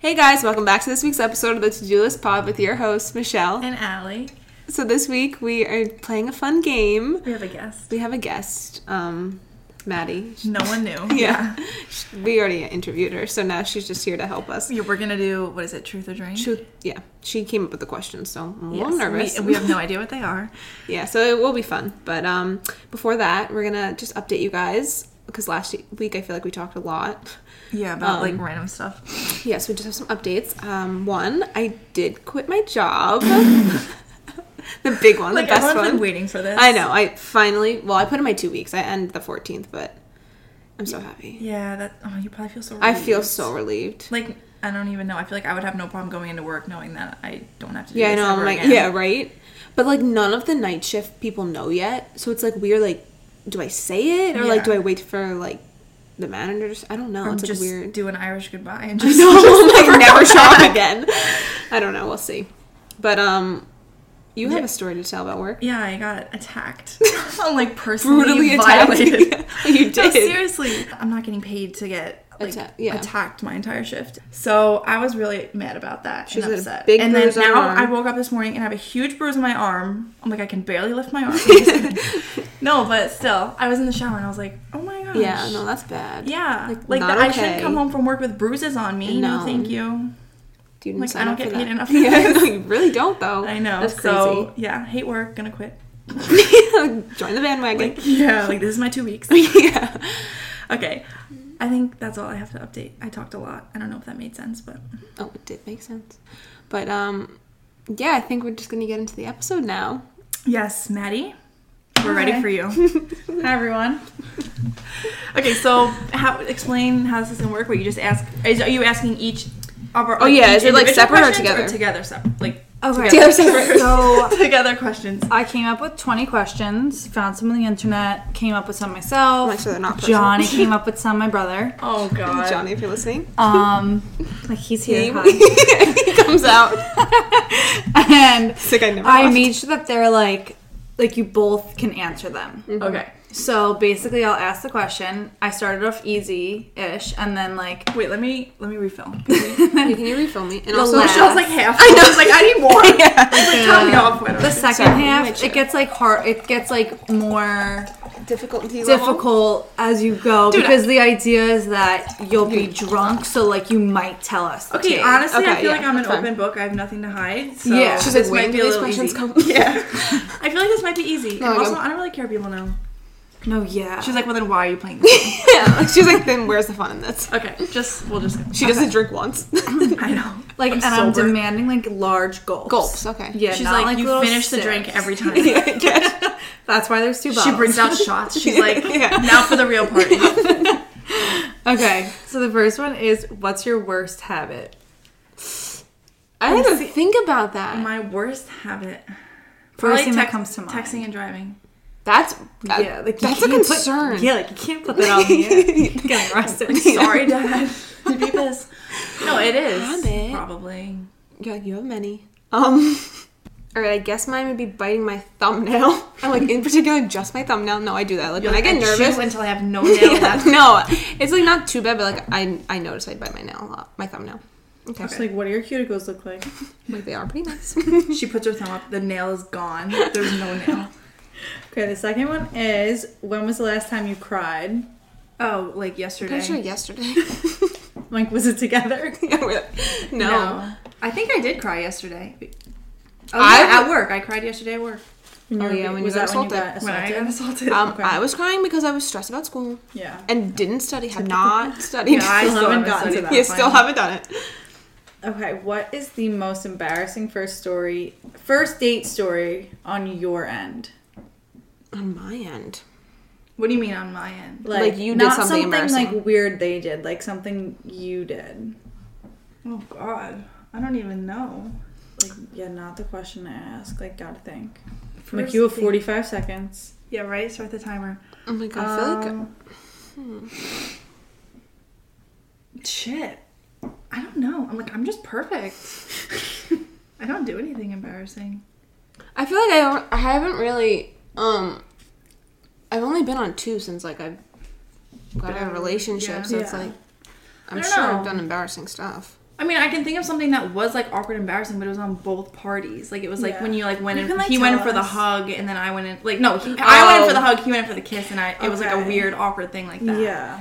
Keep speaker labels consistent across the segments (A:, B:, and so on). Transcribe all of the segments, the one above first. A: Hey guys, welcome back to this week's episode of the To Do List Pod with your host, Michelle.
B: And Allie.
A: So this week we are playing a fun game.
B: We have a guest.
A: We have a guest, um, Maddie.
B: No one knew.
A: Yeah. We already interviewed her, so now she's just here to help us.
B: Yeah, We're going to do, what is it, truth or drink?
A: She, yeah, she came up with the questions, so I'm a
B: Yes.
A: little nervous.
B: We, we have no idea what they are.
A: yeah, so it will be fun. But um, before that, we're gonna just update you guys because last week I feel like we talked a lot.
B: Yeah, about
A: Um,
B: like random stuff.
A: Yes, we just have some updates. Um, one, I did quit my job. the big one,
B: Like
A: the best
B: everyone's
A: one.
B: been waiting for this.
A: I know. I finally. Well, I put in my two weeks. I end the 14th, but I'm so happy.
B: Yeah, that. Oh, you probably feel so.
A: I feel
B: relieved.
A: so relieved.
B: Like I don't even know. I feel like I would have no problem going into work knowing that I don't have to. Do
A: Yeah, I
B: this
A: know. I'm
B: ever
A: like,
B: again.
A: yeah, right. But like, none of the night shift people know yet, so it's like weird. Like, do I say it or like
B: Yeah.
A: do I wait for like the managers? I don't know.
B: Or
A: it's
B: just
A: like weird.
B: do an Irish goodbye and
A: I
B: just.
A: know,
B: just
A: like, never
B: come
A: show
B: back.
A: up again. I don't know. We'll see. But um, you have
B: Yeah.
A: a story to tell about work.
B: Yeah, I got attacked. I'm like personally
A: Brutally attacked.
B: violated.
A: Yeah, you
B: No,
A: did.
B: seriously, I'm not getting paid to get like
A: Atta- yeah.
B: attacked my entire shift. So I was really mad about that
A: She's
B: and
A: got a
B: upset.
A: big
B: and then
A: bruise on her
B: now
A: arm.
B: I woke up this morning and I have a huge bruise on my arm. I'm like, I can barely lift my arm. no, but still, I was in the shower and I was like, oh my gosh.
A: Yeah, no, that's bad.
B: Yeah,
A: Like,
B: like,
A: not
B: I
A: okay.
B: shouldn't come home from work with bruises on me. No,
A: No.
B: thank you.
A: Do you
B: Like,
A: sign
B: I don't
A: up for
B: get
A: that?
B: paid enough for
A: Yeah,
B: this.
A: no, you really don't though.
B: I know.
A: Oh, That's
B: so yeah, hate work, gonna quit.
A: crazy. Join the bandwagon.
B: Like yeah, like this is my two weeks.
A: yeah.
B: Okay, I think that's all I have to update. I talked a lot. I don't know if that made sense, but
A: Oh, it did make sense. But um, yeah, I think we're just gonna get into the episode now.
B: Yes, Maddie. We're
A: Hi.
B: ready for you. Hi, everyone. okay, so how explain how this is gonna work? Where you just ask? Is, are you asking each? Of our,
A: Oh, yeah, is
B: each
A: it, like,
B: individual
A: separate or
B: questions
A: together?
B: together, separate. Like
C: Okay.
A: Together separate.
C: So
B: together questions.
C: I came up with 20 questions, found some on the internet, came up with some myself.
A: Make sure they're not personal.
C: Johnny came up with some, my brother.
B: Oh God.
A: Johnny, if you're listening,
C: Um, like he's here. hi.
A: he comes out.
C: and
A: Sick, I never.
C: I
A: laughed.
C: made sure that they're like, like you both can answer them.
A: Mm-hmm.
B: Okay.
C: So basically, I'll ask the question. I started off easy-ish, and then like,
B: Wait, let me let me refill.
A: Wait, can you refill me? And
C: The
A: also,
C: last-
B: Michelle's like half. I know. like I need more.
A: yeah.
B: Like, cut me off.
C: the
B: whatever.
C: second
A: Sorry, my
C: half,
A: chair.
C: it gets like hard. It gets like more
A: difficulty level?
C: difficult as you go
B: Dude,
C: because the idea is that you'll be drunk, so like you might tell us. the
B: Okay,
C: tea.
B: honestly, I
A: Okay,
B: feel
A: yeah,
B: like I'm an
A: that's fine.
B: open book. I have nothing to hide. So
C: Yeah.
A: She's
C: She's
A: like,
B: this
A: when
B: might
A: do
B: be a
A: these
B: little
A: questions
B: easy.
A: come?
B: Yeah. I feel like this might be easy.
A: No,
B: and
A: I
B: also,
A: don't-
B: I don't really care if people know.
C: No, yeah.
B: She's like, well, then why are you playing this?
A: Yeah. She's like, then where's the fun in this?
B: okay, just, we'll just go.
A: She doesn't drink once.
B: I know.
C: like,
B: I'm
C: and I'm
B: sober.
C: demanding like large gulps.
A: Gulps. Okay.
C: Yeah,
B: She's
C: not
B: like,
C: like,
B: you
C: little
B: finish the
C: sips.
B: drink every time.
A: Yeah.
C: That's why there's two bottles.
B: She brings out shots. She's like,
A: Yeah.
B: now for the real party.
C: Okay, so the first one is, what's your worst habit?
A: I had to think about that.
B: My worst habit.
C: First
B: Probably
C: thing that
B: text-
C: comes to mind.
B: Texting and driving.
A: That's that-
C: yeah, like you
A: that's a
C: can't
A: concern.
C: Put, yeah, like you can't put that on the air. You're getting arrested.
B: Sorry, Dad. Did you piss? No, it is.
A: Habit.
B: Probably.
A: Yeah, you have many. Um. All right, I guess mine would be biting my thumbnail. I'm like, in particular, just my thumbnail. No, I do that. Like
B: You're
A: when
B: like,
A: I get nervous.
B: chew until I have no nail
A: Yeah,
B: left.
A: no, it's like not too bad, but like I I notice I bite my nail a lot, my thumbnail. Okay,
C: Like, what do your cuticles look like?
A: like they are pretty nice.
B: She puts her thumb up. The nail is gone. There's no nail.
C: Okay, the second one is, when was the last time you cried?
B: Oh, like yesterday.
A: Pretty sure yesterday.
C: Like, was it together?
A: Yeah, we're like, no.
B: I think I did cry yesterday. Oh,
A: I-
B: yeah, at work. I cried yesterday at work.
A: Oh, yeah, when you
C: was
A: got
C: that when you
A: assaulted.
C: got
B: When I
C: assaulted?
B: got assaulted.
A: Um,
C: Okay.
A: I was crying because I was stressed about school
C: yeah.
A: and didn't study. Have not studied.
B: Yeah, I
C: still
B: still
C: haven't
B: haven't
C: gotten to
B: studied
C: that
B: that.
A: you still haven't done it.
C: Okay, what is the most embarrassing first story, first date story on your end?
A: On my end,
B: What do you mean on my end?
A: Like, you did something embarrassing.
C: like weird they did, like something you did.
B: Oh God, I don't even know.
C: Like, yeah, not the question I asked. Like, gotta think. like,
B: First
C: you have
B: thing-
C: 45 seconds.
B: Yeah, right. Start the timer.
A: oh my god, I feel like
B: Um, Shit, I don't know. I'm like, I'm just perfect. I don't do anything embarrassing.
A: I feel like I don't, I haven't really um I've only been on two since like I've got
B: Been
A: out of a
B: out,
A: relationship,
B: Um, yeah.
A: so it's
B: Yeah.
A: like I'm
B: I don't
A: sure I've
B: know.
A: done embarrassing stuff.
B: I mean, I can think of something that was like awkward, embarrassing, but it was on both parties. Like it was like
C: Yeah.
B: when you like went
C: You
B: in,
C: can, like,
B: he went in
C: tell
B: for the
C: us.
B: hug, and then I went in. Like no, he, I went in for
C: Oh.
B: the hug, he went in for the kiss, and I it was like a
C: Okay.
B: weird, awkward thing like that.
C: Yeah.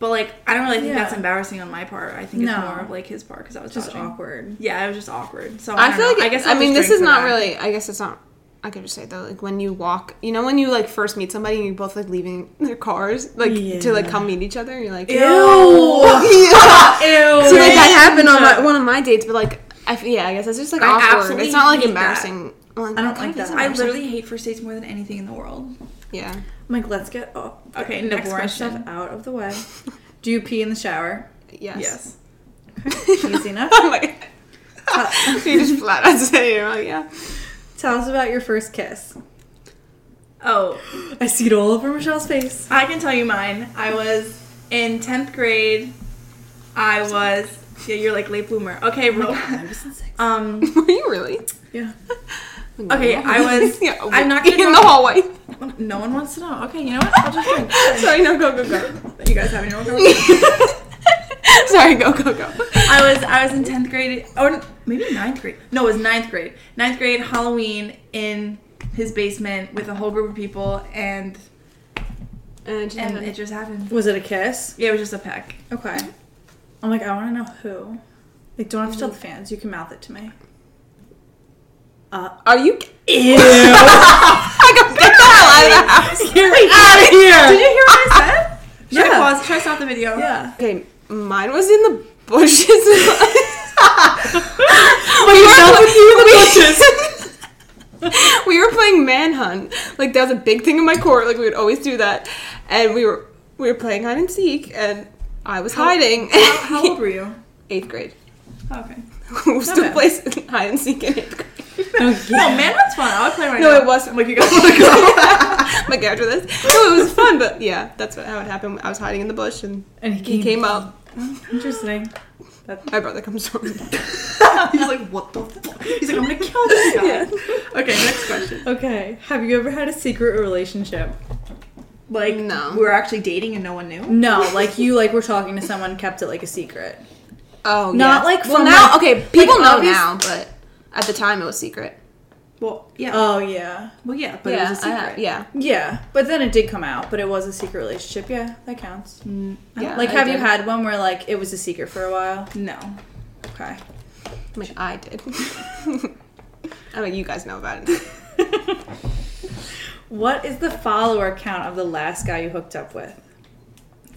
B: But like I don't really think
C: Yeah.
B: that's embarrassing on my part. I think it's
C: No.
B: more of like his part because I was
C: Just
B: touching.
C: awkward.
B: Yeah, it was just awkward. So I,
A: I
B: don't
A: feel
B: know.
A: like
B: I guess
A: I
B: I'll
A: mean
B: just
A: this is
B: drink
A: not
B: for that.
A: really. I guess it's not. I could just say though, like when you walk, you know, when you like first meet somebody and you both like leaving their cars, like to like
C: Yeah.
A: come meet each other, and you're like,
B: Ew.
A: Yeah.
C: Ew.
A: So like that happened on my, one of my dates, but like, I, f- yeah, I guess it's just like
B: I
A: awkward.
B: absolutely
A: It's not like
B: hate
A: embarrassing. Well,
C: I don't
A: kinda
C: like
A: is
C: that.
B: I
A: embarrassing.
B: literally hate first dates more than anything in the world.
A: yeah.
C: I'm like, let's get off.
B: Okay,
C: the
B: next
C: boring
B: question.
C: stuff out of the way. Do you pee in the shower?
A: Yes.
C: Easy enough.
A: I'm like, you just flat out say you're like, yeah.
C: Tell us about your first kiss.
B: Oh,
C: I see it all over Michelle's face.
B: I can tell you mine. I was in tenth grade. I was. Yeah, you're like late bloomer. Okay, real.
C: I was in sixth.
B: Um.
A: Were you really?
C: Yeah.
B: Okay, I was.
A: Yeah,
B: I'm not
A: in
B: gonna.
A: the hallway.
B: No one wants to know. Okay, you know what? I'll just drink.
A: Sorry, no, go, go, go.
B: You guys have any more?
A: Sorry, go, go, go.
B: I was I was in tenth grade or maybe ninth grade. No, it was ninth grade. Ninth grade Halloween in his basement with a whole group of people, and
A: And,
B: and it just happened.
C: Was it a kiss?
B: Yeah, it was just a peck.
C: Okay. I'm like, I want to know who. Like, don't have to tell
A: Mm-hmm.
C: the fans. You can mouth it to me. Uh,
A: Are you?
C: ew.
A: I go, get the hell out of the house.
C: out of here.
B: Did you hear what I said? Should
C: Yeah.
B: I pause? Should I stop the video?
C: Yeah.
A: Okay, mine was in the bushes. we,
C: you
A: were
C: fell
A: pla-
C: with you in the
A: we were playing manhunt. Like that was a big thing in my court. Like we would always do that, and we were we were playing hide and seek, and I was hiding.
B: How, how old were you?
A: eighth grade.
B: Okay.
A: we still
C: bad.
A: plays hide and seek in eighth grade.
B: No, man, that's fun. I would play right
A: No,
B: now.
A: it wasn't.
B: Like you guys want to go?
A: like after this, no, it was fun. But yeah, that's what, how it happened. I was hiding in the bush, and
C: And he
A: he
C: came,
A: came up.
C: Interesting.
A: My brother comes over.
B: He's like, what the fuck? He's like, I'm gonna kill this guy.
C: Yeah.
B: Okay, next question.
C: Okay. Have you ever had a secret relationship?
B: Like,
A: No.
B: we were actually dating and no one knew.
C: No, like you like were talking to someone, kept it like a secret.
A: Oh,
C: Not
A: yeah.
C: like
A: well
C: from,
A: now.
C: like-
A: okay, people
C: like,
A: know
C: obvious-
A: now, but at the time it was secret.
B: Well, yeah.
C: Oh yeah.
B: well, Uh, yeah, but
A: yeah,
B: it was a
A: I
B: secret.
A: ha- yeah,
C: Yeah, but then it did come out, but it was a secret relationship. Yeah, that counts.
A: yeah.
C: like,
A: I
C: have you
A: did.
C: had one where like it was a secret for a while?
B: No.
C: Okay.
A: I, mean, I did. I mean, you guys know about it.
C: What is the follower count of the last guy you hooked up with?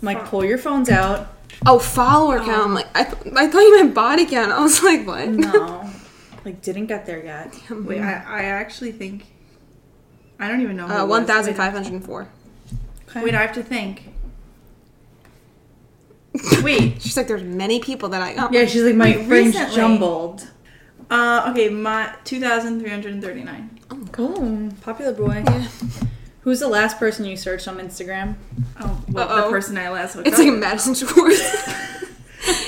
C: I'm like,
B: Fuck.
C: pull your phones out.
A: Oh, follower count. I'm like, I, th- I thought you meant body count. I was like, what? Uh,
C: No, like didn't get there yet.
B: Wait, I, I actually think. I don't even know. who it
A: Uh,
B: was.
A: one thousand five hundred four.
B: Wait, Wait, I have to think. Wait.
A: She's like, there's many people that I. Oh.
C: Yeah, she's like my
B: Wait,
C: brain's
B: recently.
C: jumbled.
B: Uh, okay, my 2,339.
C: Cool, popular boy.
A: Yeah.
C: Who's the last person you searched on Instagram?
B: Oh, well,
A: Uh-oh.
B: the person I last hooked
A: It's
B: up
A: like a
B: with.
A: Madison Schwartz.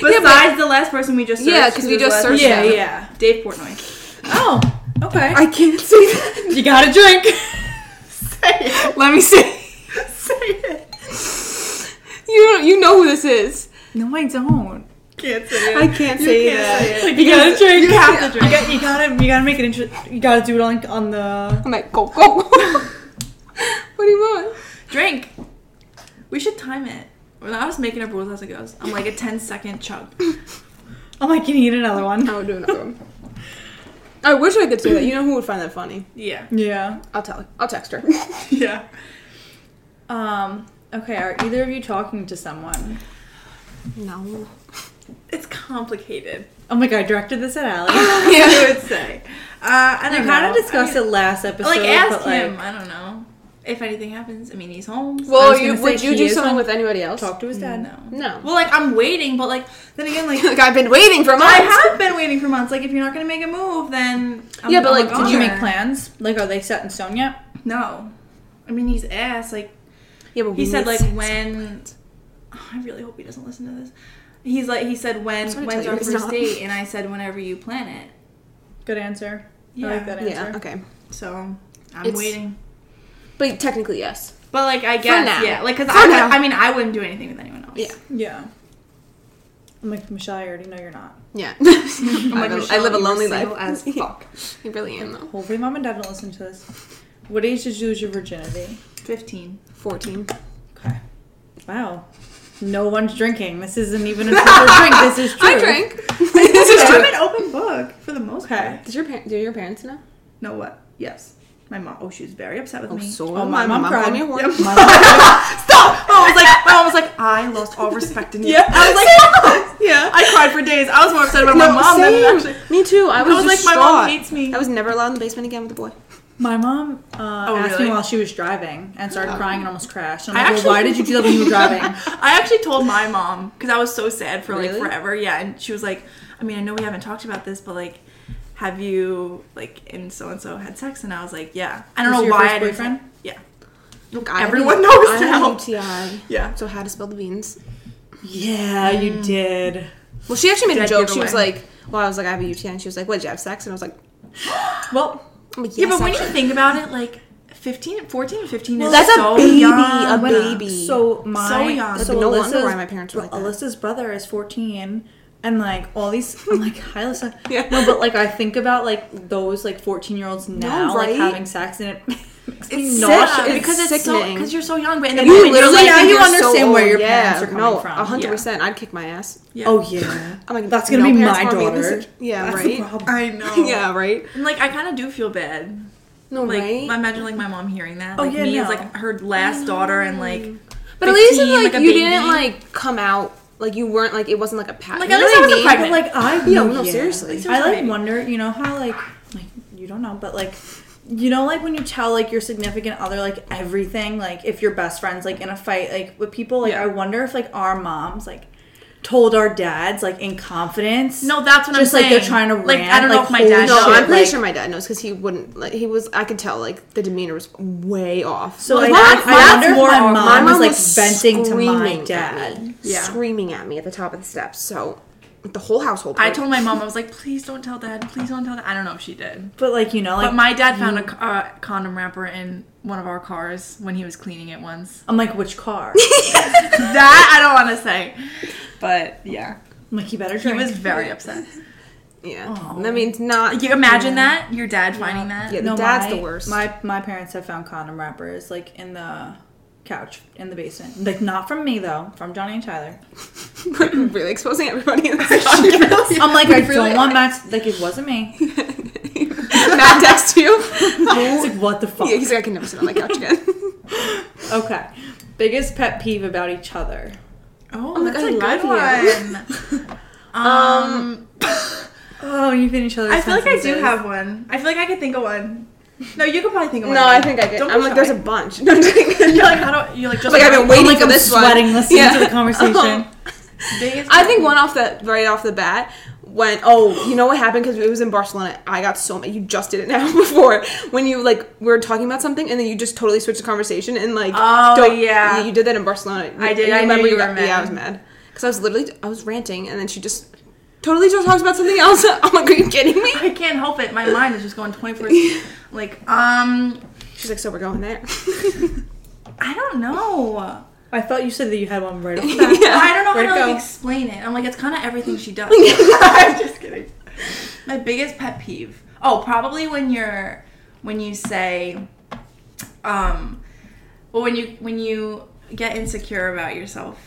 B: Besides the last person we just searched.
A: Yeah, 'cause we
B: it was
A: just
B: last-
A: searched Yeah,
C: him. yeah.
B: Dave Portnoy.
C: Oh, okay.
A: I can't say that.
C: you got a drink.
B: Say it.
A: Let me see.
B: Say it.
A: You don't, you know who this is.
C: no, I don't.
B: Can't say it.
A: I can't
B: You
A: say
B: can't
A: that.
B: say it.
C: You gotta drink.
B: You have to
C: You,
B: drink.
C: got, you gotta, you gotta make it interesting. You gotta do it on, on the.
A: I'm like, go go. what do you want?
B: Drink. We should time it. When I was making up rules as it goes, I'm like a 10 second chug.
C: I'm like, you need another one.
A: I would do another one. I wish I could say that. You know who would find that funny?
B: Yeah.
C: Yeah.
A: I'll tell her. I'll text her.
B: Yeah.
C: Um. Okay. Are either of you talking to someone?
A: No.
B: It's complicated.
C: Oh my god, I directed this at Alex.
B: I would say. Uh, I
C: I
B: don't
C: kind of
B: know.
C: discussed it last episode.
B: Like, ask
C: but, like,
B: him. I don't know. If anything happens, I mean, he's home. so-
A: Well,
C: was
A: you,
C: gonna
A: would
C: say
A: you
C: he
A: do
C: is
A: something
C: on-
A: with anybody else?
C: Talk to his dad.
B: no.
A: No.
B: Well, like, I'm waiting, but, like, then again, like,
A: like I've been waiting for months.
B: I have been waiting for months. Like, if you're not going to make a move, then. I'm,
A: Yeah, but,
B: I'm
A: like,
B: a
C: Did you
B: goner.
C: make plans? Like, are they set in stone yet?
B: No. I mean, he's ass. Like,
A: Yeah, but
B: He said like
A: when.
B: when I really hope he doesn't listen to this. He's like he said
A: That's what I
B: when when's
A: tell you,
B: our
A: it's
B: first
A: not.
B: date and I said whenever you plan it.
C: Good answer.
B: Yeah.
C: I like that answer.
A: Yeah. Okay.
B: So I'm
A: It's-
B: waiting.
A: But technically, yes.
B: But like I guess
A: now.
B: yeah, like cuz
A: For
B: I,
A: now.
B: I mean I wouldn't do anything with anyone else.
A: Yeah.
C: Yeah. I'm like, Michelle, I already know you're not.
A: Yeah. I,
B: I'm like,
A: live, I live a
B: Michelle, you were
A: lonely life.
B: single As fuck.
A: You really am though.
C: Hopefully, mom and dad don't listen to this. What age did you lose your virginity?
B: Fifteen.
A: Fourteen.
C: Okay. Wow. No one's drinking. This isn't even a sober drink. This is true.
A: I drank. this is
B: I'm
A: true.
B: an open book for the most
C: Okay.
B: part.
A: Did your par- do your parents know?
B: No, what? Yes. My mom. Oh, she was very upset with me.
C: Oh, my mom cried.
A: called me a whore.
B: Yep.
A: Stop!
B: I was like, my mom was like, I lost all respect in you.
A: Yeah.
B: I was like,
A: Yeah.
B: I cried for days. I was more upset about
A: No,
B: my mom than
A: same.
B: actually.
A: Me too. I
B: I
A: was,
B: was like, my
A: distraught.
B: mom hates me.
A: I was never allowed in the basement again with a boy.
C: My mom
B: Oh,
C: uh, asked me
B: really? Oh.
C: while she was driving and started crying and almost crashed.
B: I
C: I'm like, well,
B: actually-
C: why did you do that when you were driving?
B: I actually told my mom because I was so sad for like
A: Really?
B: forever. Yeah, and she was like, I mean, I know we haven't talked about this, but like, have you like and so and so had sex? And I was like, yeah. I don't
C: Was
B: know
C: your
B: why
C: first
B: I didn't.
C: boyfriend?
B: Yeah.
A: Look, I
B: Everyone
A: have-
B: knows
A: I have
B: now.
A: UTI.
B: Yeah.
A: So how to spell the beans?
C: yeah, you did.
A: Well, she actually made a
B: Dead
A: joke. She was
B: giveaway.
A: like, "Well, I was like, I have a UTI," and she was like, "What? Did you have sex?" And I was like,
C: Well,
A: I'm like,
B: Yeah,
A: "Yes,
B: but when you
A: actually."
B: think about it, like 15, 14, 15 is
A: that's
B: so
A: a baby,
B: young.
A: a baby.
C: So my
B: So young.
C: so
A: No wonder
C: Alyssa's-
A: why my parents were like that.
C: Alyssa's brother is fourteen, and like all these, I'm like, hi, Alyssa.
A: Yeah.
C: No, but like I think about like those like fourteen year olds now
A: right?
C: like having sex, and it makes me
A: It's
C: nauseous
A: sick.
B: because it's so
A: sickening.
B: because you're so young, but in the
C: You
B: moment,
C: literally-
B: you're like,
C: now
A: think
C: you
A: you're
C: understand where your parents are coming
A: no,
C: from.
A: a hundred percent. I'd kick my ass.
B: yeah.
C: Oh yeah,
A: I'm like,
C: that's gonna
A: no
C: be
A: parents
C: my
A: want me to
C: daughter.
A: listen- Yeah,
C: That's the
A: right.
C: problem.
B: I know.
A: yeah, right.
B: And like I kind of do feel bad.
A: No,
B: Like
A: right.
B: imagine like my mom hearing that.
C: Oh,
B: Like
C: yeah,
B: me
C: no.
B: as like her last daughter and like
A: but at least it's
B: 15,
A: like,
B: like a
A: you
B: baby.
A: didn't like come out. Like you weren't like it wasn't like a pat.
B: Like,
A: you
B: at
A: know
B: least I
A: what
B: wasn't
A: mean?
C: But like I,
A: Yeah, no, seriously.
B: Like,
C: I like
B: maybe.
C: wonder, you know how like like you don't know, but like you know like when you tell like your significant other like everything, like if your best friends like in a fight like with people, like
B: Yeah.
C: I wonder if like our moms like told our dads like in confidence.
B: No, that's what
C: Just,
B: I'm
C: like,
B: saying.
C: they're trying to
B: like I
C: rant,
B: don't know
C: like,
B: if my
C: holy
B: dad.
A: No,
C: shit,
A: I'm pretty
C: like-
A: sure my dad knows because he wouldn't. Like he was, I could tell. Like the demeanor was way off.
C: So
A: Like,
C: like,
A: my-
C: I,
A: my
C: I
A: dad's
C: wonder if
A: more
C: my
A: off.
C: mom, was like
A: was
C: venting to
A: screaming
C: my
A: at
C: dad.
A: me,
B: Yeah.
A: screaming at me at the top of the steps. So the whole household.
B: I
A: heard.
B: told my mom I was like, please don't tell dad. Please don't tell dad. I don't know if she did.
C: But like you know like
B: but my dad found a co- uh, condom wrapper in one of our cars when he was cleaning it once.
C: I'm like which car?
B: that I don't want to say. But yeah,
C: I'm like you better
B: he
C: drink.
B: was very upset.
A: Yeah.
C: Oh.
A: That means not.
B: You imagine that your dad finding that.
A: Yeah. the dad's
C: my,
A: the worst.
C: My my parents have found condom wrappers like in the couch in the basement. Like not from me though, from Johnny and Tyler.
A: We're really exposing everybody in this
B: She
A: podcast.
B: really-
C: I'm like, I
A: really
C: don't want Max. Like it wasn't me. It's
A: Matt text you.
C: like what the fuck.
A: Yeah, he's like, I can never sit on my couch again.
C: Okay. Biggest pet peeve about each other.
B: Oh,
A: my
B: that's
A: God,
B: a
A: I
B: good
A: love
B: one. um,
C: Oh, you've been each other's.
B: I feel like I do
C: sentences.
B: have one. I feel like I could think of one. No, you could probably think of one.
A: no, I think I did.
B: Don't
A: I'm
B: be
A: like, there's
B: shy.
A: a bunch. No, I'm just kidding.
B: You're like, how do you like just
A: Like, I've been waiting
C: I'm like
A: for
C: I'm
A: this one.
C: sweating listening
A: Yeah.
C: to the conversation.
B: biggest-
A: I think one off the right off the bat when oh you know what happened because it was in Barcelona I got so mad you just did it now before when you like we were talking about something and then you just totally switched the conversation and like
B: Oh, yeah.
A: you, you did that in Barcelona
B: I did.
A: You
B: I knew you
A: got-
B: were
A: yeah I
B: mad.
A: was mad because I was literally I was ranting and then she just totally just talks about something else I'm like are you kidding me
B: I can't help it. My mind is just going 24. like, um,
A: she's like so we're going there
B: I don't know.
C: I thought you said that you had one right off the bat.
A: Yeah.
B: I don't know
C: Where'd
B: how
C: it
B: to
C: go?
B: like, explain it. I'm like, it's kind of everything she does. I'm just kidding. My biggest pet peeve. Oh, probably when you're when you say, um, well, when you when you get insecure about yourself.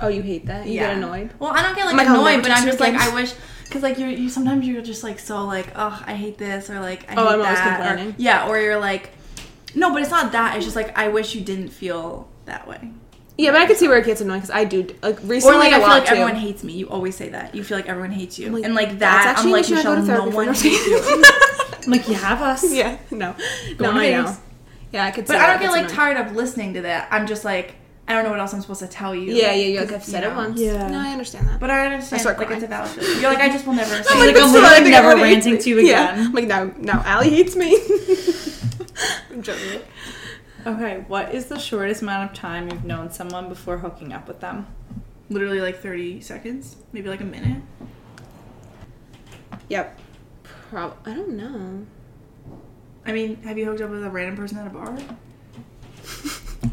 A: oh you hate that you get annoyed
B: Well, I don't get like
A: I'm like, oh, I'll never
B: annoyed, but
A: touch
B: I'm
A: it
B: just like,
A: again.
B: I wish. Cause like you're, you sometimes you're just like so like oh I hate this or like I hate
A: Oh, I'm always
B: that or-
A: complaining.
B: yeah or you're like no but it's not that it's just like I wish you didn't feel that way
A: yeah but I could see where it gets annoying because I do like
B: or
A: recently
B: like
A: a
B: I feel
A: lot
B: like
A: too.
B: everyone hates me you always say that you feel like everyone hates you
A: I'm like,
B: and like that
A: that's actually
B: I'm like
A: an issue I go
B: Michelle
A: to
B: no
A: therapy
B: one
A: for.
B: hates you
C: I'm like you have us.
A: Yeah, no,
C: Going
A: no,
C: to
A: I know.
C: Vegas.
A: Yeah, I could.
B: but
A: see
B: I don't
A: that.
B: get
A: That's
B: like
A: annoying.
B: tired of listening to that I'm just like I don't know what else I'm supposed to tell you
A: Yeah, yeah, you're like
B: 'cause,
A: I've said
B: you
A: it
B: know.
A: once.
C: Yeah.
A: No, I understand that.
B: but I understand
A: start
B: like
A: crying.
B: it's a valid you're like I just will never
C: I'm
B: say it.
C: like, I'm
A: "That's what I
C: literally
A: think
C: never
A: everyone
C: ranting
A: hates
C: to you
A: me." Yeah.
C: again.
A: I'm like now, now Allie hates me. I'm joking.
C: Okay, what is the shortest amount of time you've known someone before hooking up with them?
B: literally like 30 seconds maybe like a minute
A: Yep. Prob. I don't know.
B: I mean, have you hooked up with a random person at a bar?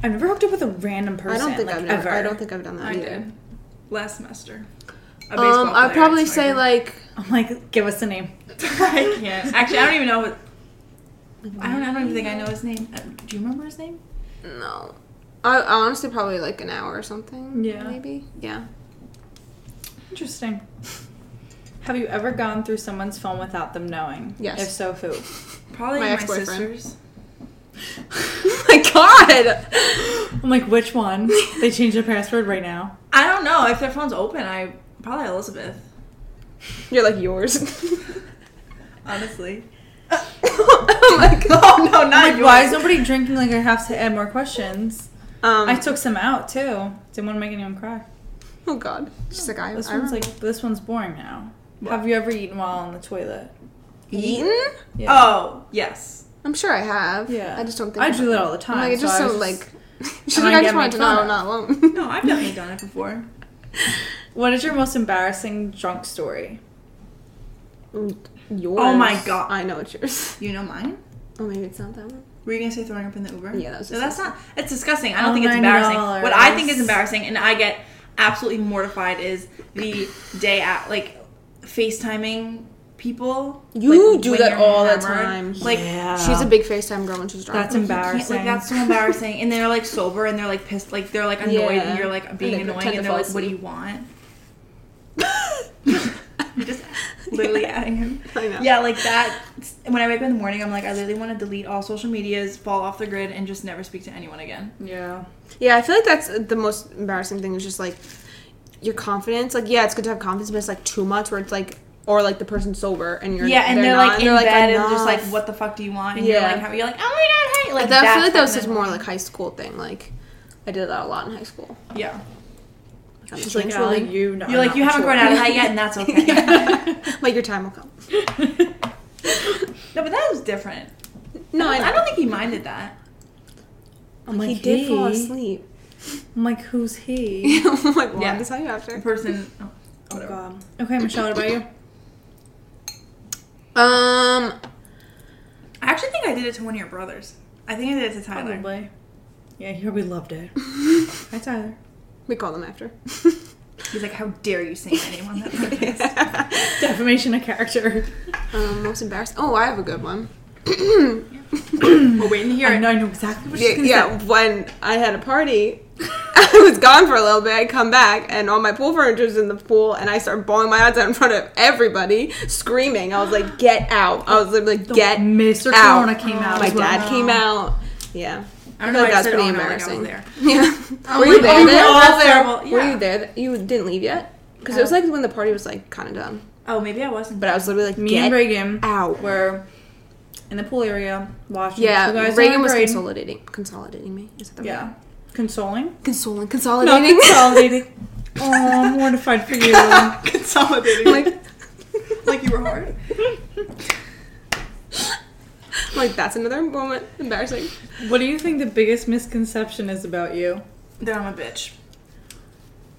C: I've never hooked up with a random
A: I
C: person.
A: don't think
C: like,
A: I've never.
C: ever.
A: I don't think I've done that either.
B: Last semester. a baseball
D: Um, I'd
B: player,
D: probably
B: it's
D: say
B: fine.
D: like
C: I'm like, give us a name.
B: I can't. Actually, I don't even know. What, I don't. I don't even think I know his name. Uh, do you remember his name?
A: No. I, I honestly probably like an hour or something.
C: Yeah.
A: Maybe. Yeah.
C: Interesting. Have you ever gone through someone's phone without them knowing?
A: Yes.
C: If so, who?
B: Probably
A: My
B: my,
A: ex-boyfriend.
B: sister's.
A: oh my god.
C: I'm like, which one? they changed their password right now.
B: I don't know if their phone's open. I probably Elizabeth.
A: You're like yours.
B: Honestly,
A: oh my god.
B: oh no, not
C: Like,
B: yours.
C: why is nobody drinking? Like, I have to add more questions.
A: Um,
C: I took some out too. Didn't want to make anyone cry.
A: oh god. She's like I.
C: This
A: I
C: one's
A: remember.
C: like, this one's boring now. Have you ever eaten while on the toilet?
A: eaten.
C: Yeah.
B: Oh yes.
A: I'm sure I have.
C: Yeah.
A: I just don't think
C: I
A: about
C: do
A: it.
C: that all the
A: I'm
C: time.
A: like it just
C: I
A: so,
C: was
A: like. She's
C: And
A: like
C: I
A: I
C: get
A: just wanted
C: made
A: to
C: fun
A: know
C: of.
A: I'm not alone.
B: No, I've definitely done it before.
C: What is your most embarrassing drunk story?
A: yours.
B: Oh my God.
A: I know it's yours.
B: You know mine.
A: Oh, maybe it's not that one.
B: Were you gonna say throwing up in the Uber?
A: Yeah, that was
B: no, that's not. It's disgusting. I don't
C: Oh,
B: think it's
C: $9.
B: embarrassing. What I think is embarrassing, and I get absolutely mortified, is the day at like FaceTiming people.
A: You
B: like,
A: do
B: when
A: that
B: you're
A: all the
B: hammered.
A: time.
B: Like
A: She's a big Facetime girl when she's drunk.
C: Uh, That's
B: you can't-
C: embarrassing.
B: Like that's so embarrassing. And they're like sober, and they're like pissed. Like they're like annoyed,
A: Yeah.
B: and you're like being
A: And they
B: annoying,
A: pretend
B: and
A: to
B: they're like,
A: fall
B: "What do you
A: asleep.
B: want?" You're just literally adding him.
A: I know.
B: Yeah, like that. When I wake up in the morning, I'm like, I literally want to delete all social medias, fall off the grid, and just never speak to anyone again.
C: Yeah.
A: Yeah, I feel like that's the most embarrassing thing is just like your confidence. Like, yeah, it's good to have confidence, but it's like too much where it's like, or like the person's sober and you're
B: yeah, and they're,
A: not,
B: like in bed and just like,
A: "Enough."
B: what the fuck do you want? And you're
A: Yeah.
B: like, how, you're like, oh my god, hey, like
A: But that, I feel like that was
B: that's
A: just
B: what
A: more
B: I'm-
A: like high school thing. Like, I did that a lot in high school.
B: yeah.
A: Like, I'm
C: She's like,
A: thankful,
C: Allie, you know.
B: You're like, you haven't grown out of that yet, and that's okay.
A: like- like, your time will come.
B: No, but that was different.
A: No, I,
B: I
A: don't.
B: don't think he minded that. Oh
A: I'm like,
C: Like,
A: he did fall
C: he-
A: asleep.
C: I'm like, who's he?
A: I'm like, well,
B: Yeah.
A: I'm gonna tell you
B: The
A: after.
B: person. Oh,
C: Oh
B: whatever.
C: god. Okay, Michelle, what about you?
A: Um,
B: I actually think I did it to one of your brothers. I think I did it to Tyler.
C: Probably. Yeah, he probably loved it. Hi, Tyler.
A: we call them after.
B: He's like, how dare you sing my name on that podcast?
C: Defamation of character.
A: um, most embarrassing. Oh, I have a good one.
B: We're waiting to hear
C: I
B: it.
C: know, I know exactly what she's
A: yeah,
C: gonna
A: yeah, when I had a party, I was gone for a little bit. I come back, and all my pool furniture's in the pool, and I start bawling my eyes out in front of everybody, screaming. I was like, "Get out!" I was literally like,
C: say.
A: "Get
C: Mr.
A: out!"
C: Corona came out.
A: my
C: as well.
A: dad came out. Yeah,
B: I
A: feel
B: don't know.
A: like
B: That's
A: that's
B: pretty
A: pretty
B: embarrassing.
A: embarrassing.
B: there.
A: Yeah,
B: Oh
A: were
B: my
A: you there?
B: God,
A: then?
B: that's
A: Were you there?
B: terrible.
A: Were
B: Yeah.
A: you there? th- You didn't leave yet because it was like when the party was like kind of done.
B: Oh, maybe I wasn't.
A: But I was literally like,
C: Me
A: "Get
C: and Reagan
A: out!"
C: were in the pool area watching. two
A: Yeah,
C: guys
A: Reagan
C: on
A: was
C: parade.
A: consolidating, consolidating me. Is that the
C: Yeah.
A: word?
C: Consoling?
A: Consoling,
C: Not
A: consolidating.
C: consolidating. oh, I'm mortified for you.
B: consolidating
A: like,
B: like like you were hard.
A: like that's another moment embarrassing.
C: What do you think the biggest misconception is about you?
B: Then I'm a bitch.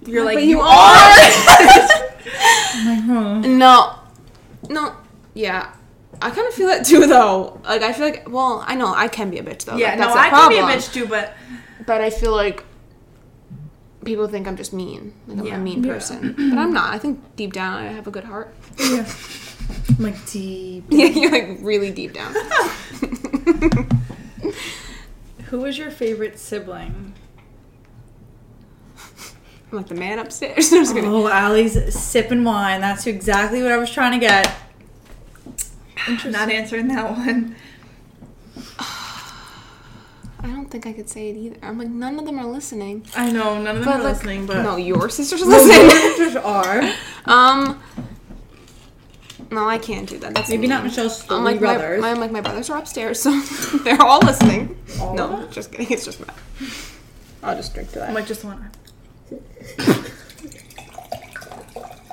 B: You're like,
A: but
B: you
A: you
B: are.
C: I'm like, huh.
A: No, no, yeah. I kind of feel that too, though. Like I feel like, well, I know I can be a bitch though.
B: Yeah,
A: Like,
B: no,
A: that's
B: I
A: a
B: can be
A: problem.
B: a bitch too, but
A: But I feel like people think I'm just mean. Like I'm
B: Yeah.
A: a mean
C: Yeah.
A: person, but I'm not. I think deep down I have a good heart.
C: Yeah. I'm like, deep.
A: yeah, you're like really deep down.
C: Who is your favorite sibling?
A: I'm like the man upstairs. I'm just kidding.
C: Oh, Allie's sipping wine. That's exactly what I was trying to get.
B: not answering that one.
A: I don't think I could say it either. I'm like none of them are listening.
B: I know none of them
A: But,
B: are
A: like,
B: listening, but
A: No, your sister's
C: Well,
A: listening.
C: your sisters are.
A: Um. No, I can't do that. That's
C: Maybe not
A: mean.
C: Michelle's three
A: I'm like my,
C: brothers.
A: my- I'm like my brothers are upstairs, so they're all listening.
C: All of
A: no, just kidding. It's just Matt. I'll just drink to that.
B: I'm like just the one.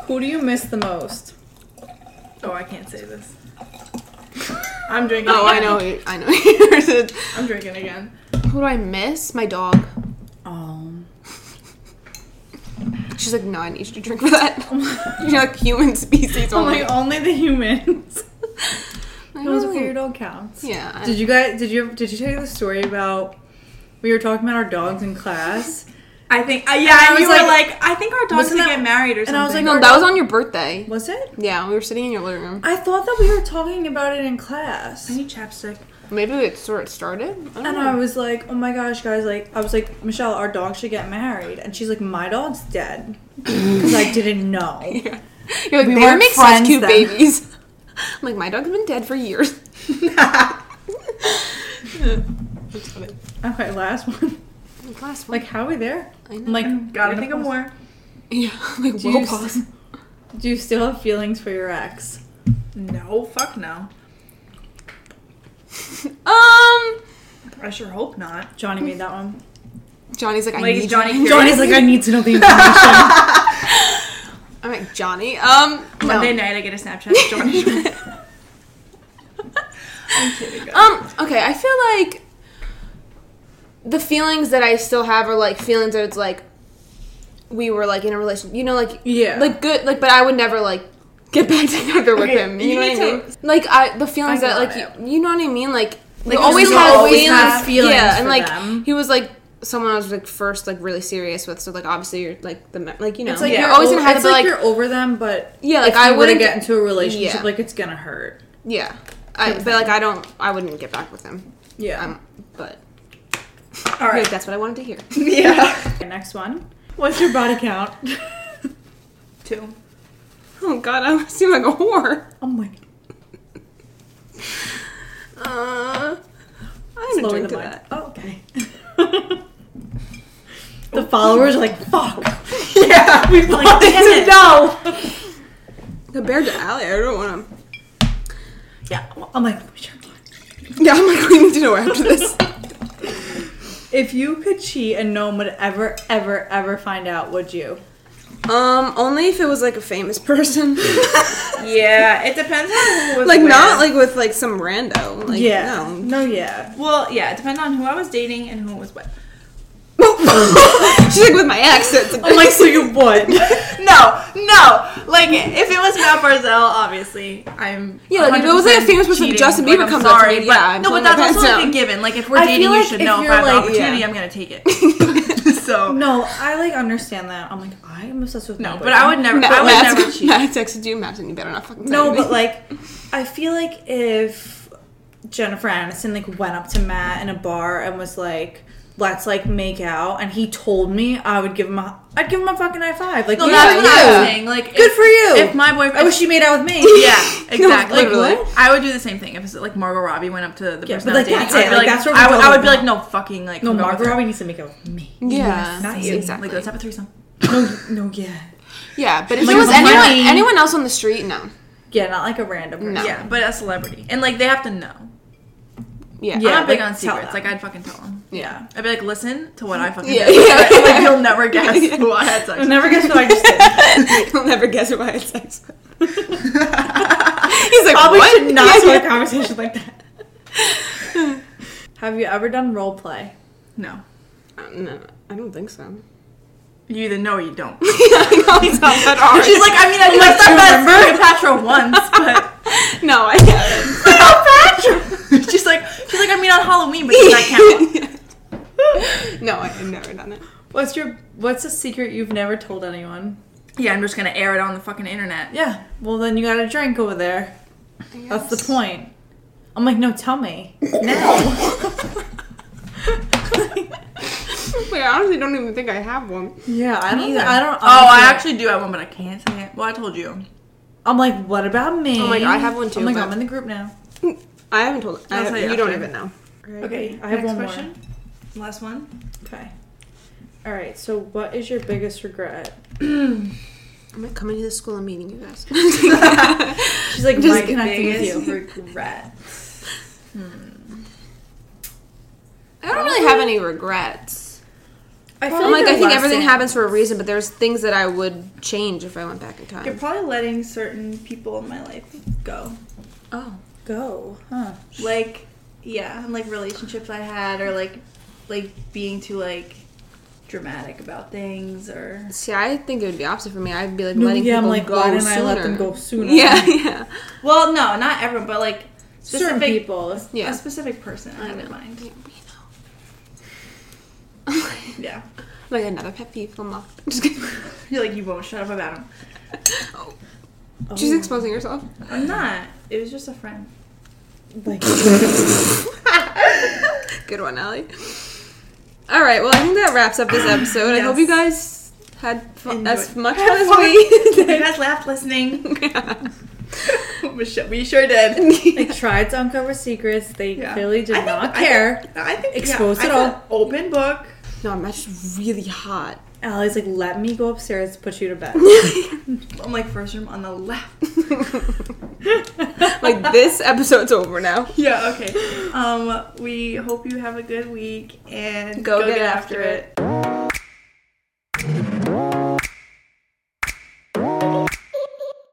C: Who do you miss the most?
B: Oh, I can't say this. I'm drinking.
A: oh, I
B: again.
A: know. it- I know. yours is-
B: I'm drinking again.
A: Who do I miss? My dog.
C: Oh.
A: She's like, no, I need you to drink for that.
C: Oh
A: You're like human species
C: I'm
A: only.
C: like, only the humans.
A: I
C: Those
A: know.
C: weird old counts.
A: Yeah. I-
C: Did you guys? Did you? Did you tell you the story about? We were talking about our dogs in class,
B: I think. Uh, yeah,
C: I
B: and
C: was
B: you were
C: like-
B: like, I think our dogs
C: Wasn't
B: could
C: that-
B: get married or
C: and I was
B: something.
C: like,
A: No, that was oh, on your birthday.
C: Was it?
A: Yeah, we were sitting in your living room.
C: I thought that we were talking about it in class.
B: I need chapstick.
A: Maybe it's where it started. I don't
C: And I was like, oh my gosh, guys, like, I was like, Michelle, our dog should get married. And she's like, my dog's dead. Because I didn't know.
A: You're like,
C: We
A: they would
C: weren't
A: make such
C: friends
A: cute
C: then.
A: babies. I'm like, my dog's been dead for years.
C: Okay, last one.
A: Last one.
C: Like, how are we there?
A: I know.
C: I'm like,
B: Gotta
C: you're
B: think
C: the
B: of
C: boss.
B: more.
A: yeah, like,
C: Do
A: whoa,
C: you,
A: pause.
C: s- do you still have feelings for your ex?
B: No, fuck no.
A: Um,
B: I sure hope not.
C: Johnny made that one.
A: Johnny's like, I
B: Like, is
A: need
B: Johnny
A: you.
B: curious?
C: Johnny's like, I need to know the information.
A: I'm like, Johnny. Um, no.
B: Monday night, I get a Snapchat. of Johnny. I'm kidding. guys.
A: Um, okay, I feel like the feelings that I still have are like feelings that it's like we were like in a relation, you know, like
C: Yeah.
A: like good, like but I would never like get back together with
B: Okay,
A: him. You,
B: you
A: know
B: need
A: what I
B: to-
A: mean? Like I, the feelings
B: I
A: that
B: got
A: like
B: it.
A: you, you know what I mean? Like we
C: you
A: always
C: just
A: had
C: always
A: feelings,
C: have feelings
A: yeah, and
C: for
A: like
C: them.
A: he was like. Someone I was like first like really serious with, so like obviously you're like the me- like you know
C: It's like
A: you're
C: you're
A: always
C: o-
A: gonna have to
C: it's
A: be like,
C: you're over them, but
A: Yeah, like,
C: if
A: I
C: you were to
A: wouldn't
C: get
A: get-
C: into a relationship,
A: Yeah.
C: like it's gonna hurt.
A: yeah I but like I don't I wouldn't get back with him
C: Yeah.
A: um but
B: All
A: like,
B: right.
A: that's what I wanted to hear
B: Yeah.
C: Okay, next one. What's your body count?
B: Two.
A: Oh god, I seem like a whore.
C: oh my god.
A: Uh, I'm gonna drink
C: Lower the
A: to
C: mic.
A: that.
C: Oh, okay. the followers are like, fuck.
B: Yeah.
C: We wanted to know.
A: Compared to Allie, I don't want to.
C: Yeah. I'm like, what's your body-
A: Yeah, I'm like, we need to know after this.
C: if you could cheat and no one would ever, ever, ever find out, would you?
A: um, only if it was like a famous person,
B: Yeah. It depends on who was
A: like not
B: where.
A: like with like some rando. Like,
C: yeah.
A: No.
C: No, yeah.
B: Well, yeah. It depends on who I was dating and who it was with.
A: She's like with my ex. It's
C: I'm like, so you would.
B: no, no. Like if it was Matt Barzell, obviously I'm.
A: Yeah, like, if it was, like, a
B: 100%
A: famous person,
B: cheating.
A: Justin
B: Like,
A: Bieber
B: I'm
A: comes up to
B: sorry,
A: me,
B: but-
A: yeah, I'm
B: no, but
A: pulling
B: that's
A: my
B: also
A: pants
B: like a
A: down.
B: given. Like if we're
C: I
B: dating,
C: feel
B: you
C: like
B: should
C: if
B: know if
C: you're,
B: I have
C: like-
B: the opportunity,
A: yeah.
B: I'm gonna take it. so no,
C: No, I like understand that. I'm like, I'm obsessed with my
B: but I would never. I would
A: Matt's-
B: never cheat.
A: Matt texted you, Matt, and you better not fucking. say
C: No,
A: anything.
C: but like, I feel like if Jennifer Aniston like went up to Matt in a bar and was like, "Let's like make out," and he told me, I would give him a, I'd give him a fucking high five. Like,
B: No,
C: yeah,
B: that's what
C: yeah.
B: I
A: yeah.
B: was saying. Like
C: Good
B: if,
C: for you.
B: If my boyfriend,
C: I wish she made out with me.
B: Yeah, exactly.
A: literally.
B: Like, I would do the same thing if it's like Margot Robbie went up to the
C: Yeah,
B: person
C: but,
B: I was dating.
C: like, that's
B: I would
C: it.
B: be
C: Like, that's where we
B: I would,
C: go
B: I would
C: with
B: be like, no fucking like
C: No,
B: hook up with
C: Margot
B: her.
C: Robbie needs to make out with me.
A: yeah,
B: Not you.
A: exactly.
B: Like let's have a threesome.
C: No, no, yeah,
A: yeah, but if
C: Like,
A: it was
C: the
A: anyone,
C: money-
A: anyone else on the street, no.
C: yeah, not like a random person.
A: No.
B: Yeah, but a celebrity, and like they have to know.
A: Yeah,
C: Yeah.
B: I'm not big
C: like,
B: on
C: tell
B: secrets.
C: them.
B: Like I'd fucking tell them.
A: yeah.
B: I'd be like, listen to what I fucking
A: Yeah,
B: did.
A: yeah,
B: Like,
A: yeah.
B: you'll never guess who I had sex
C: I'll
B: with.
C: never guess what I just did.
A: You'll never guess who I had sex with. He's like,
C: Probably
A: what?
C: should not
A: Yeah,
C: start
A: yeah.
C: a conversation like that. Have you ever done role play?
B: No.
A: Uh, No, I don't think so.
B: You either know or you don't.
A: no, it's not that hard.
B: She's like, I mean, I
C: Oh, Like,
B: messed
C: do
B: up as
C: you remember?
B: Cleopatra once, but
A: no, I haven't.
B: Cleopatra. she's like, she's like, I mean, on Halloween, but does that count?
A: no, I- I've never done it.
C: What's your What's a secret you've never told anyone?
B: Yeah, I'm just gonna air it on the fucking internet.
C: Yeah. Well, then you got a drink over there. That's the point. I'm like, no, tell me. No.
A: Wait, I honestly don't even think I have one.
C: yeah, I don't.
B: Either.
C: I don't.
B: Oh, I
C: honestly-
B: actually do have one, but I can't say it. Well, I told you.
C: I'm like, what about me?
A: Oh my God, I have one too,
C: I'm like,
A: but-
C: I'm in the group now.
A: I haven't told. I
B: I'll
A: haven't,
B: tell you
A: you don't
B: after.
A: even know.
B: Okay,
C: I have
B: next
C: one
B: question. Last one.
C: more. Okay. All right. So, what is your biggest regret?
A: I'm like coming to the school and meeting you guys.
C: She's like,
A: Just
C: why connecting with you?
B: regret.
A: I don't really have any regrets.
C: I feel
A: I'm like, I
C: they're
A: think everything
C: lessons.
A: happens for a reason, but there's things that I would change if I went back in
B: You're
A: time.
B: probably letting certain people in my life go.
A: Oh,
C: Go, huh?
B: like yeah and like relationships i had or like like being too like dramatic about things or
A: see, I think it would be opposite for me. I'd be like
C: No,
A: letting
C: yeah, I'm
A: people
C: like,
A: go
C: why didn't
A: sooner.
C: I let them go sooner?
A: Yeah, yeah.
B: well no not everyone but like
C: Certain
B: specific-
C: people.
A: Yeah.
B: a specific person i had in mind
A: Yeah, we know.
B: yeah
A: Like another pet peeve. I'm not. Just kidding.
B: You're like, you won't shut up about him.
A: Oh. She's exposing herself.
B: I'm not. It was just a friend.
C: Like,
A: Good one, Allie. All right. Well, I think that wraps up this episode. I hope you guys had fun,
B: Enjoy-
A: as much
B: Have
A: fun as
B: fun.
A: we
B: you
A: did.
B: guys laughed listening. we sure we sure did.
C: they tried to uncover secrets. They
B: Yeah.
C: clearly did
B: I think-
C: not
B: I think-
C: care.
B: I think
C: Expose
B: yeah,
C: it
B: I
C: all.
B: said Open book.
A: no, I'm just really hot.
C: Allie's like, let me go upstairs to put you to bed.
B: I'm like first room on the left.
A: Like this episode's over now.
B: Yeah. Okay. Um. We hope you have a good week and
A: Go get after
B: it.